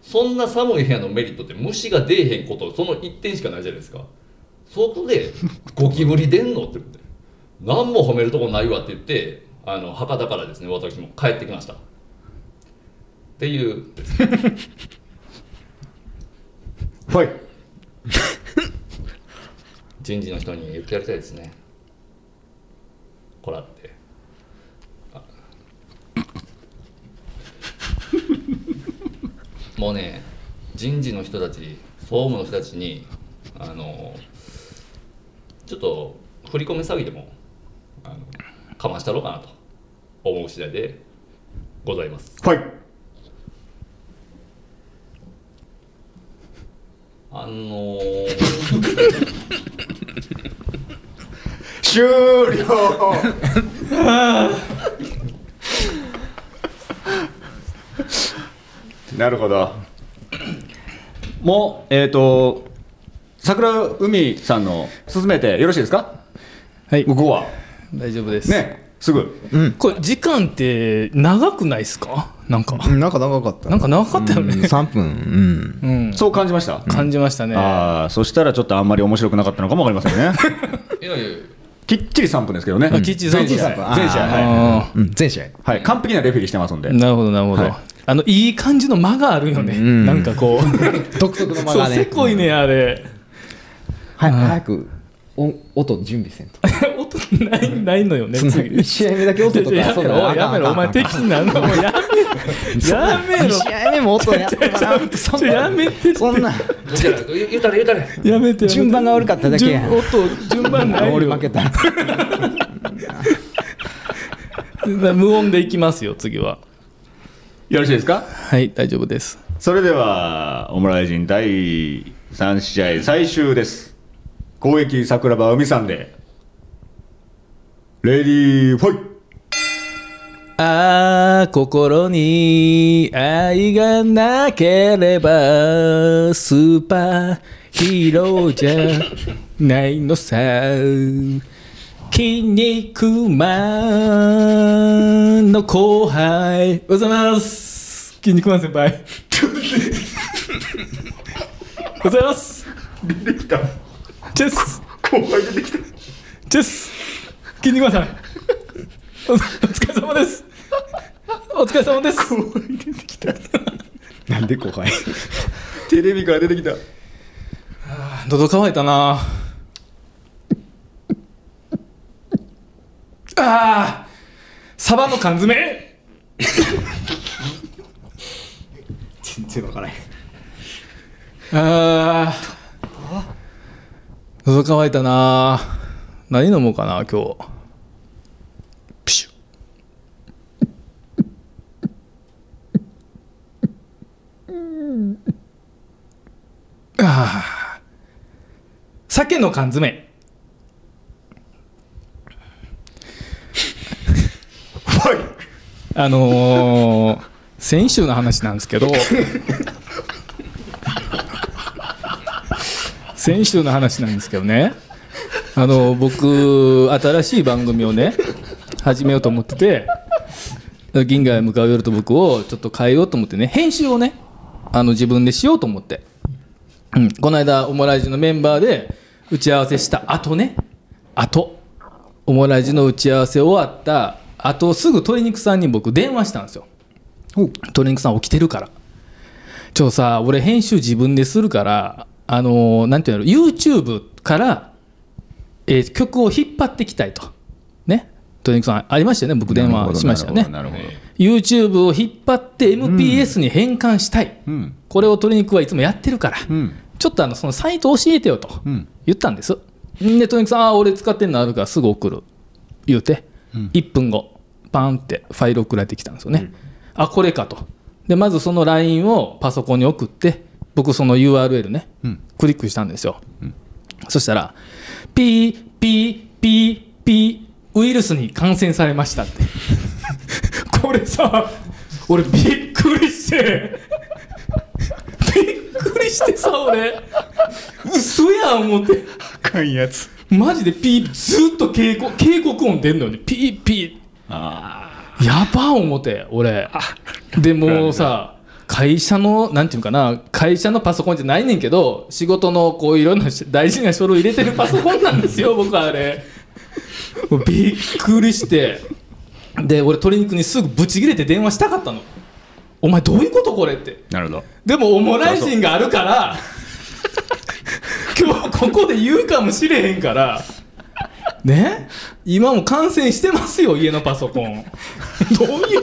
H: そんな寒い部屋のメリットって虫が出えへんことその一点しかないじゃないですかそこでゴキブリ出んのって言って何も褒めるとこないわって言ってあの博多からですね私も帰ってきましたっていう
A: はい
H: 人事の人に言ってやりたいですねこらってあ [LAUGHS] もうね人事の人たち総務の人たちにあのちょっと振り込め詐欺でもあのかましたろうかなと思う次第でございます
A: はい
H: あのー
A: 終了 [LAUGHS] なるほどもうえっ、と桜海さんの進めてよろしいですか
D: はい
A: 向こうは
D: 大丈夫です
A: ねすぐ
D: これ時間って長くないですかなんか
J: うんなんか長かった
D: なんか長かったよね
J: 3分うん
D: うん
A: そう感じました、
D: 感じましたね
A: ああそしたらちょっとあんまり面白くなかったのかもわかりませんね [LAUGHS]
H: いやいやいや
A: きっちり3分ですけどね、
D: あキッチンさん
A: 全試合
J: あー
A: 全試合はい、
D: あ
J: うん全試合
A: はい、完璧なレフェリーしてますんで
D: ーなるほどなるほど、
A: はい
D: あのいい感じの間があるよね、
J: ん
D: なんかこう
C: 独特の間
D: そう
C: がね
D: せこいねあれ [LAUGHS]
C: は早くお音準備せんと
D: 音ないないのよね
C: そんな
D: 次
C: 1試合目だけ音とか
D: やめろおいやめろお前敵になんだもうやめろや
C: [LAUGHS]
D: め
C: 2
D: ろ
C: 試合目も音やってもらうとそん
D: ちょ
C: な
D: やめてって
C: そんな
H: 言う言うたれ言うたれ
D: やめて
C: 順番が悪かっただけや
D: 順音順番ない
C: 俺
D: よ
C: 負けた
D: 無音でいきますよ次は
A: よろしいですか
D: はい大丈夫です
A: それではオムライジン第3試合最終です攻撃桜庭海さんでレディーファイ
D: ああ心に愛がなければスーパーヒーローじゃないのさ筋肉マンの後輩おはようございます筋肉マン先輩 [LAUGHS] おはようございます出てきたチェス後輩出てきたチェス筋肉マンさんおお疲れ様です。お疲れ様です。
C: なんで後輩
A: [LAUGHS] テレビから出てきた
D: 喉乾いたな。ああ、サバの缶詰。
C: 全然わからない
D: ああ、喉乾いたな。何飲もうかな今日。プシュ。ああ、酒の缶詰。あのー、先週の話なんですけど。先週の話なんですけどねあの僕新しい番組をね始めようと思ってて銀河へ向かう夜と僕をちょっと変えようと思ってね編集をねあの自分でしようと思って、うん、この間オモライジのメンバーで打ち合わせした後ねあとオモライジの打ち合わせ終わったあとすぐ鶏肉さんに僕電話したんですよ鶏肉さん起きてるからちょさ俺編集自分でするからあのーなんていうの YouTube から、えー曲を引っ張ってきたいとねトニックさんありましたよね僕電話しましたよね
A: なるほど
D: YouTube を引っ張って MPS に変換したい、
A: ん
D: これを鶏肉はいつもやってるから、
A: ん
D: ちょっとあのそのサイト教えてよと
A: ん
D: 言ったんです、で鶏肉さんああ俺使ってんのあるからすぐ送る言うて、1分後パンってファイル送られてきたんですよね、あこれかとでまずその LINE をパソコンに送って僕その URL ね、クリックしたんですよ、そしたら「ピーピーピーピーウイルスに感染されました」ってここれさ俺びっくりしてびっくりしてさ俺嘘やん思って
A: かんやつ
D: マジでピーずっと警告警告音出んのにピーピーやば思て俺でもうさ会社のなんていうかな会社のパソコンじゃないねんけど仕事のこういろんなし大事な書類入れてるパソコンなんですよ僕あれもうびっくりしてで俺鶏肉にすぐブチ切れて電話したかったのお前どういうことこれって
A: なるほど
D: でもオムライジンがある [LAUGHS] から今日ここで言うかもしれへんからね今も感染してますよ家のパソコンどういう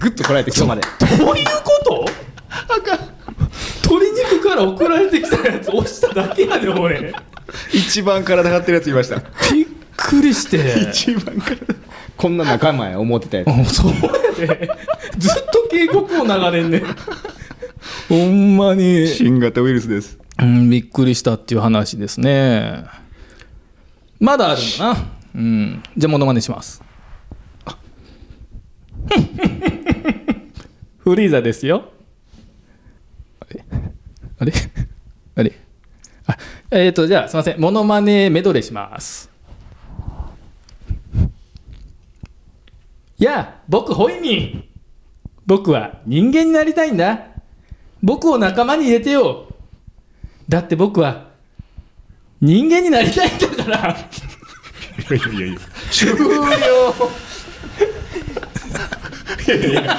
C: グッとこらえてきたまで
D: どういうことあかん鶏肉から送られてきたやつ押しただけやで俺
A: 一番体張ってるやついました
D: びっくりして
A: 一番体
C: こんな仲間や思ってたやつ
D: うんそうやでずっと警告を流れんねんほんまに
A: 新型ウイルスです
D: うん、びっくりしたっていう話ですね。まだあるんだな。うん。じゃあ、モノマネします。 [LAUGHS] フリーザですよ。あれあれあれあえっ、と、じゃあ、すいません。モノマネメドレーします。やあ、僕、ホイミン。僕は人間になりたいんだ。僕を仲間に入れてよ。だって僕は人間になりたいんだから
A: いやいやいや終了いやいや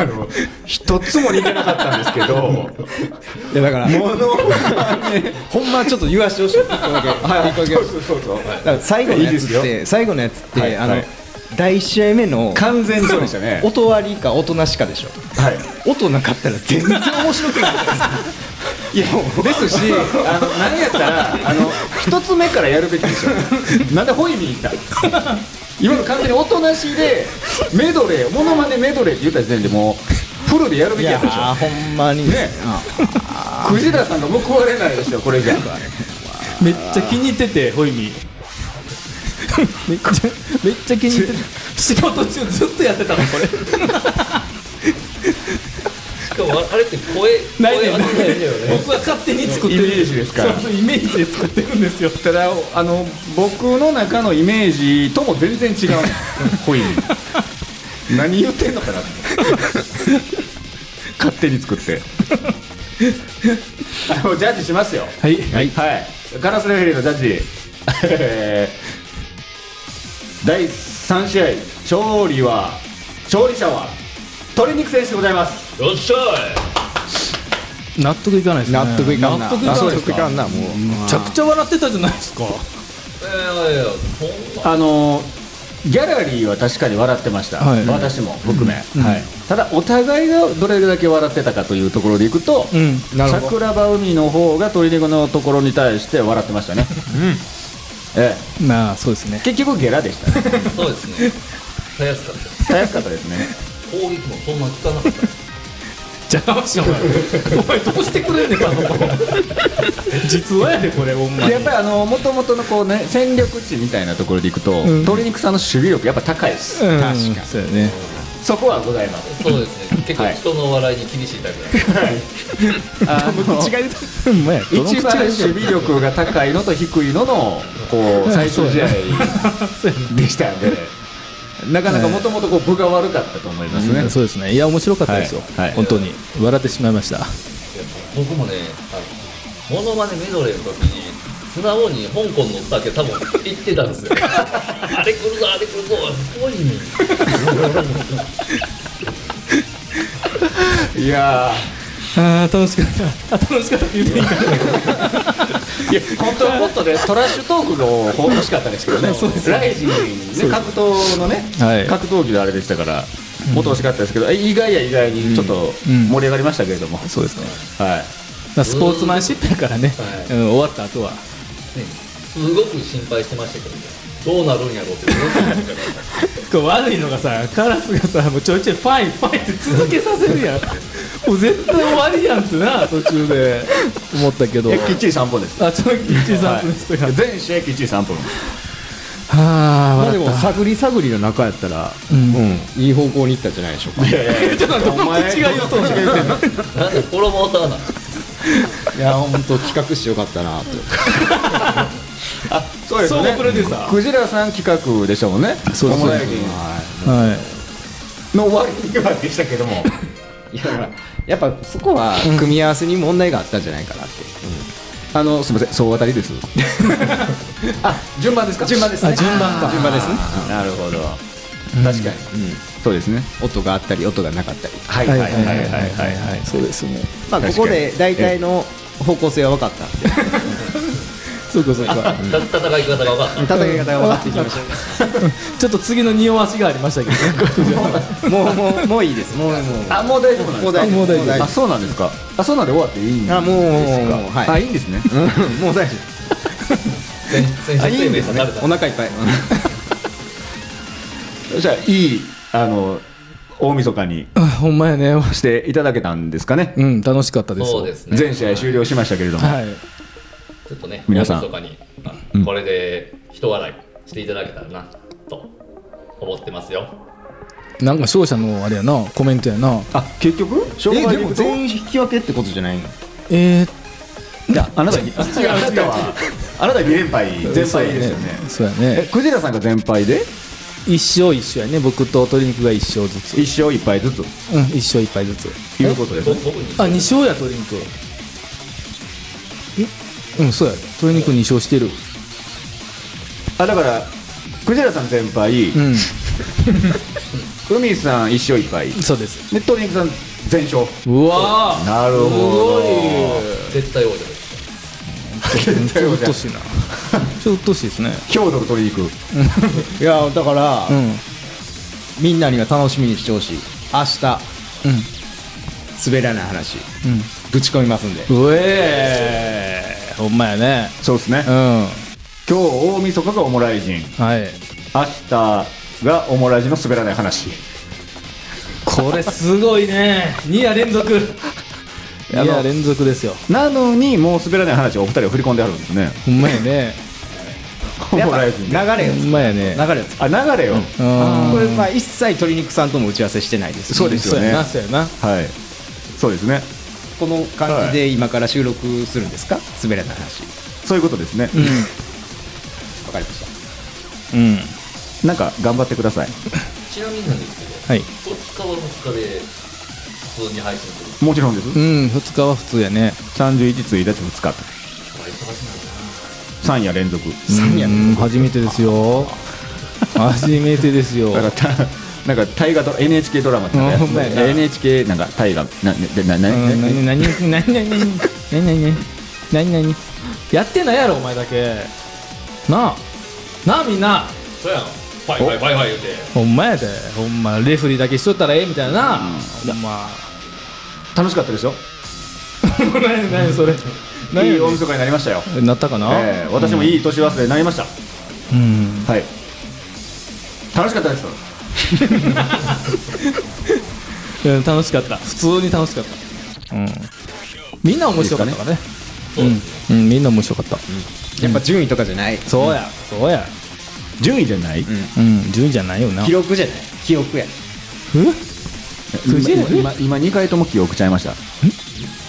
A: あの一つも似てなかったんですけど
C: いやだから
A: もの
C: ほんまちょっと言わしてほしい一個だけ一個だけ
A: そうそうそうそう
C: だから最後の
A: いい
C: や
A: で
C: つ
A: す
C: っ
A: よ
C: て最後のやつって、
A: はい
C: あの、
A: はい
C: 第1試合目の
A: 完全にそうでしたね
C: 音割りか音なしかでしょ
A: はい
C: 音なかったら全然面白くないいやもう
A: ですしあの何やったらあの一つ目からやるべきでしょなんでホイミン行った今の完全に音なしでメドレーモノマネメドレーって言った時点でもうフルでやるべき
C: い
A: や
C: や
A: ったでしょ
C: ーほんまに
A: ねクジラさんが報われないでしょこれじゃ
D: めっちゃ気に入っててホイミめっちゃめっちゃ気に入ってて仕事中ずっとやってたのこれ
H: しかもあれって声
D: ないね
H: 声
D: ん
H: 当てないんだよね
D: 僕は勝手に作ってる
A: イメージですから
D: そうそうイメージで作ってるんですよ
A: ただあの僕の中のイメージとも全然違うホイミ何言ってんのかなって勝手に作ってあのジャッジしますよ
D: はい
A: はい、ガラスレフェリーのジャッジ、えー第3試合、勝利は、勝利者は鶏肉選手でございます。
I: よっしゃ
D: 納得いかないですね
C: 納得いかんな
D: 納得いかないです
C: いか
D: か
C: んなもう
D: めちゃくちゃ笑ってたじゃないですか
H: いやいやいやほんま
A: あのーギャラリーは確かに笑ってました、
D: はい
A: 私も含め、はい、ただ、お互いがどれだけ笑ってたかというところでいくと、
D: うん
A: 桜庭海の方が鶏肉のところに対して笑ってましたね、え
D: まあそうですね
A: え、結局、ゲラでした、
D: [LAUGHS]
A: ね、
H: そうですねたやすかった
A: たやすかったですね。
H: 攻撃もそんな効かなかった
D: [LAUGHS] 邪魔しよお前お前どうしてくれんねんパソコン実はやでこれほんまに
A: でやっぱりあの元々のこうね戦力値みたいなところでいくと、鶏肉さんの守備力やっぱ高いです、
D: うん
A: 確かに
D: そうやね
A: そこはございます
H: [LAUGHS] そうですね結構
A: はい
H: 人の笑いに厳しいタイプなんで
A: あの一
D: ほんまや
A: 番守備力が高いのと低いののこう最初試合でしたんでなかなかもともと分が悪かったと思いますね、
D: そうですねいや面白かったですよ、
A: はいはい
D: 本当に笑ってしまいました
H: 僕もねあのモノマネメドレーの時に素直に香港のだけ多分行ってたん [LAUGHS] ですよあれ来るぞあれ来るぞすごいね
A: い、や
D: あー楽しかったあ楽しかったって言っていいか
A: ーいや本当はもっとねトラッシュトークの方が欲しかったですけ
D: [LAUGHS]
A: どねライジン、ね、格闘のね、
D: はい
A: 格闘技のあれでしたからもっと欲しかったですけど、え意外や意外にちょっと
D: うん
A: 盛り上がりましたけれども、
D: そうですね、
A: はい
D: まあ、スポーツマンシップやからね、
H: はい
D: うん、終わった後は
H: すごく心配してましたけどどうなるんやろうって思ってましたか
D: こう悪いのがさカラスがさもうちょいちょいファインファインって続けさせるやんもう絶対終わりやんってな途中で思ったけど
A: えきっちり3本です
D: あちょっとキッチンさんですとか
A: 全試合きっちり3分
D: は
C: あ
A: まあでも探り探りの中やったら、うんいい方向に行ったんじゃないでしょうか。
D: ちょっと待って
A: お前
D: どっちが言うとんねん
H: なんで衣をさらない
A: いや本当企画してよかったなって。あそうです
D: 総合プロデューサー
A: クジラさん企画でしたもんね。そうですはいの終わりにはでしたけども。
C: いやだからやっぱそこは組み合わせに問題があったんじゃないかなって、
A: あのすみません総当たりです。あ順番ですか。順番ですね。順番か。順番ですね。
C: なるほど
A: 確かに。うんそうですね。
C: 音があったり音がなかったり、
A: はいはいはいはいはいはい。
D: そうですね
C: まあ、ここで大体の方向性は分かった [LAUGHS] んで
D: そうかそうか
H: た戦い方が分かっ
C: 戦い方が分かってきまし
D: ちょっと次の匂わしがありましたけどね
C: たもうもうもういいですもうもう
A: あもう大丈夫
C: もう大丈夫もう大丈夫
A: あそうなんですか。あそうなんで終わっていいんですか。
C: あもうもうもうはい
A: あいいんですね。
C: うんもう大丈
H: た先先
A: あ
H: 生
A: いいん
H: [LAUGHS]
A: ですね
H: 誰だ
C: 夫お腹いっぱい
A: [LAUGHS] じゃあいいあの大晦日に
D: [LAUGHS] あほんまやね
A: していただけたんですかね。
D: うん楽しかったです
H: そうですね
A: 全試合終了しましたけれども、
D: はい
H: ちょっとね
A: 皆さん
H: 大晦日にあこれで人笑いしていただけたらなと思ってますよ
D: なんか勝者のあれやなコメントやな
A: あ結局勝
C: え
A: 敗で
C: で
A: い
C: も
A: くと
C: 全員引き分けってことじゃないの
D: えー、
A: あなたにあなた [LAUGHS] はあなた2連敗全敗ですよね
D: そうや
A: え
D: ね
A: クジラさんが全敗で
D: 一勝一勝やね僕と鶏肉が一勝ずつ
A: 1勝1敗ずつ
D: うん一勝一敗ずつ
A: いうことです
H: ぼ
A: ね
H: 僕に
D: あ二勝や鶏肉えうんそうや鶏肉二勝してる
A: あだからクジラさん全敗
D: うん
A: 黒水さん1勝1敗で
D: そうです
A: 鶏肉さん全勝
D: うわあ
A: なるほ
H: 絶対王者です
D: ちょっとうっとうしいなちょっとうっとうしいですね
A: 強度の鶏肉
C: いやだから、
D: うん
C: みんなには楽しみにしてほしい明日
D: うん
C: 滑らない話
D: うん
C: ぶち込みますんで
D: うえーほんまやね
A: そうですね
D: うんは
A: 今日大晦日がオモライジン
D: い
A: 明日がオモライジンの滑らない話
D: これすごい [LAUGHS] ね2夜連続2夜連続ですよ
A: なのにもう滑らない話をお二人は振り込んであるんですね
D: ほんまやね
A: オ
C: やっ
A: モ
C: ぱ
A: ラ
C: 流
A: イジンで
C: れを
D: ほんまやね
C: 流れを
A: あ流れを、
D: うん
C: これまあ一切鶏肉さんとも打ち合わせしてないです
A: そうですよ
D: そうや
A: ね
D: なそうやな
A: はいそうですね
C: この感じで今から収録するんですか滑らない話
A: そういうことですね、
C: わかりました
D: うん
A: なんか頑張ってください
H: ちなみになんですけど
D: はい
H: 2日は2日で普通に配信する
A: もちろんです
D: うん2日は普通やね
A: 31日1日2日3夜連続
C: 三夜
D: うん初めてですよ初めてですよ
A: だからたなんか大河ドラ NHK ドラマってなんかや
D: ほんまや
A: つ
D: な
A: NHK なんか大河なでなな
D: うん
A: な
D: 何何何何何何何何何やってないやろお前だけなあなあみんな
H: そうやんはいはいはいはい言うて
D: ほんまやでほんまレフェリーだけしとったらええみたいな、ほんま [LAUGHS]
A: 楽しかったでしょ
D: 何何それ
A: いい
D: 何
A: 大晦日になりましたよ、
D: なったかな、
A: ええ私もいい年忘れになりました、
D: うん
A: はい楽しかったです
D: うん楽しかった普通に楽しかった、うん、みんな面白かったからねうん、うん、みんな面白かった、
C: やっぱ順位とかじゃない
D: そうやそうや
A: 順位じゃない、
D: うん順位じゃないよな
C: 記録じゃない記憶や
D: 藤井
A: 今今今2回とも記憶ちゃいました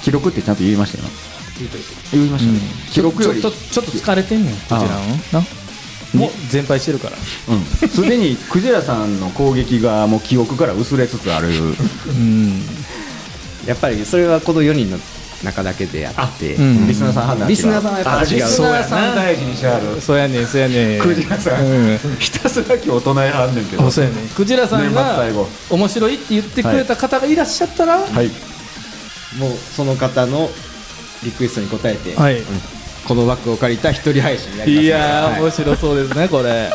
A: 記録ってちゃんと言いましたよ言いましたね、記録
D: ち
A: よ
D: ょ
A: り
D: ちょちょっと疲れてんねんこちら
A: あ
D: のなもう全敗してるから
A: すでにクジラさんの攻撃がもう記憶から薄れつつある
D: うん
C: やっぱりそれはこの4人の中だけであって
D: うん
A: リスナーさん判断
C: リスナーさんはやっぱ
A: あ
C: 違う
A: リスナーさん大事にしてある
D: そうやねんそうやねん
A: クジラさん、ひたすら今日唱えはんねんけど
D: あそうやねんクジラさん
A: 年末
D: が
A: 最後
D: 面白いって言ってくれた方がいらっしゃったらは
A: はい
C: もうその方のリクエストに応えて、
D: い、
C: この枠を借りた一人配信やります
D: いやー
C: は
D: 面白そうですねこれ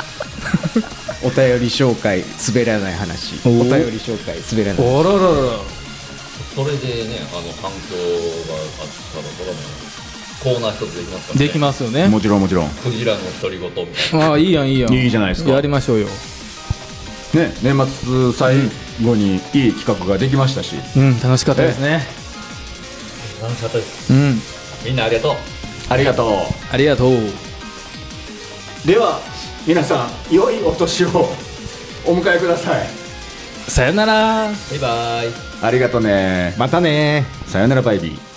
C: お便り紹介滑らない話お
D: おー
C: 便り紹介滑らない
D: おろろろ
H: それでねあの反響があったらドラマコーナー一つできますからね
D: できますよね
A: もちろんもちろん
H: クジラの独り言みたいな
D: ああいいやんいいやん
A: いいじゃないですか
D: やりましょうよ
A: ね年末最後にいい企画ができましたし、
D: うん楽しかったですね
H: 楽しかったです
D: うん
H: みんなありがとう
A: ありがと
D: ありがとう
A: うでは皆さん良いお年をお迎えください
D: さよなら
H: バイバイ
A: ありがとね
C: またね
A: さよならバイビー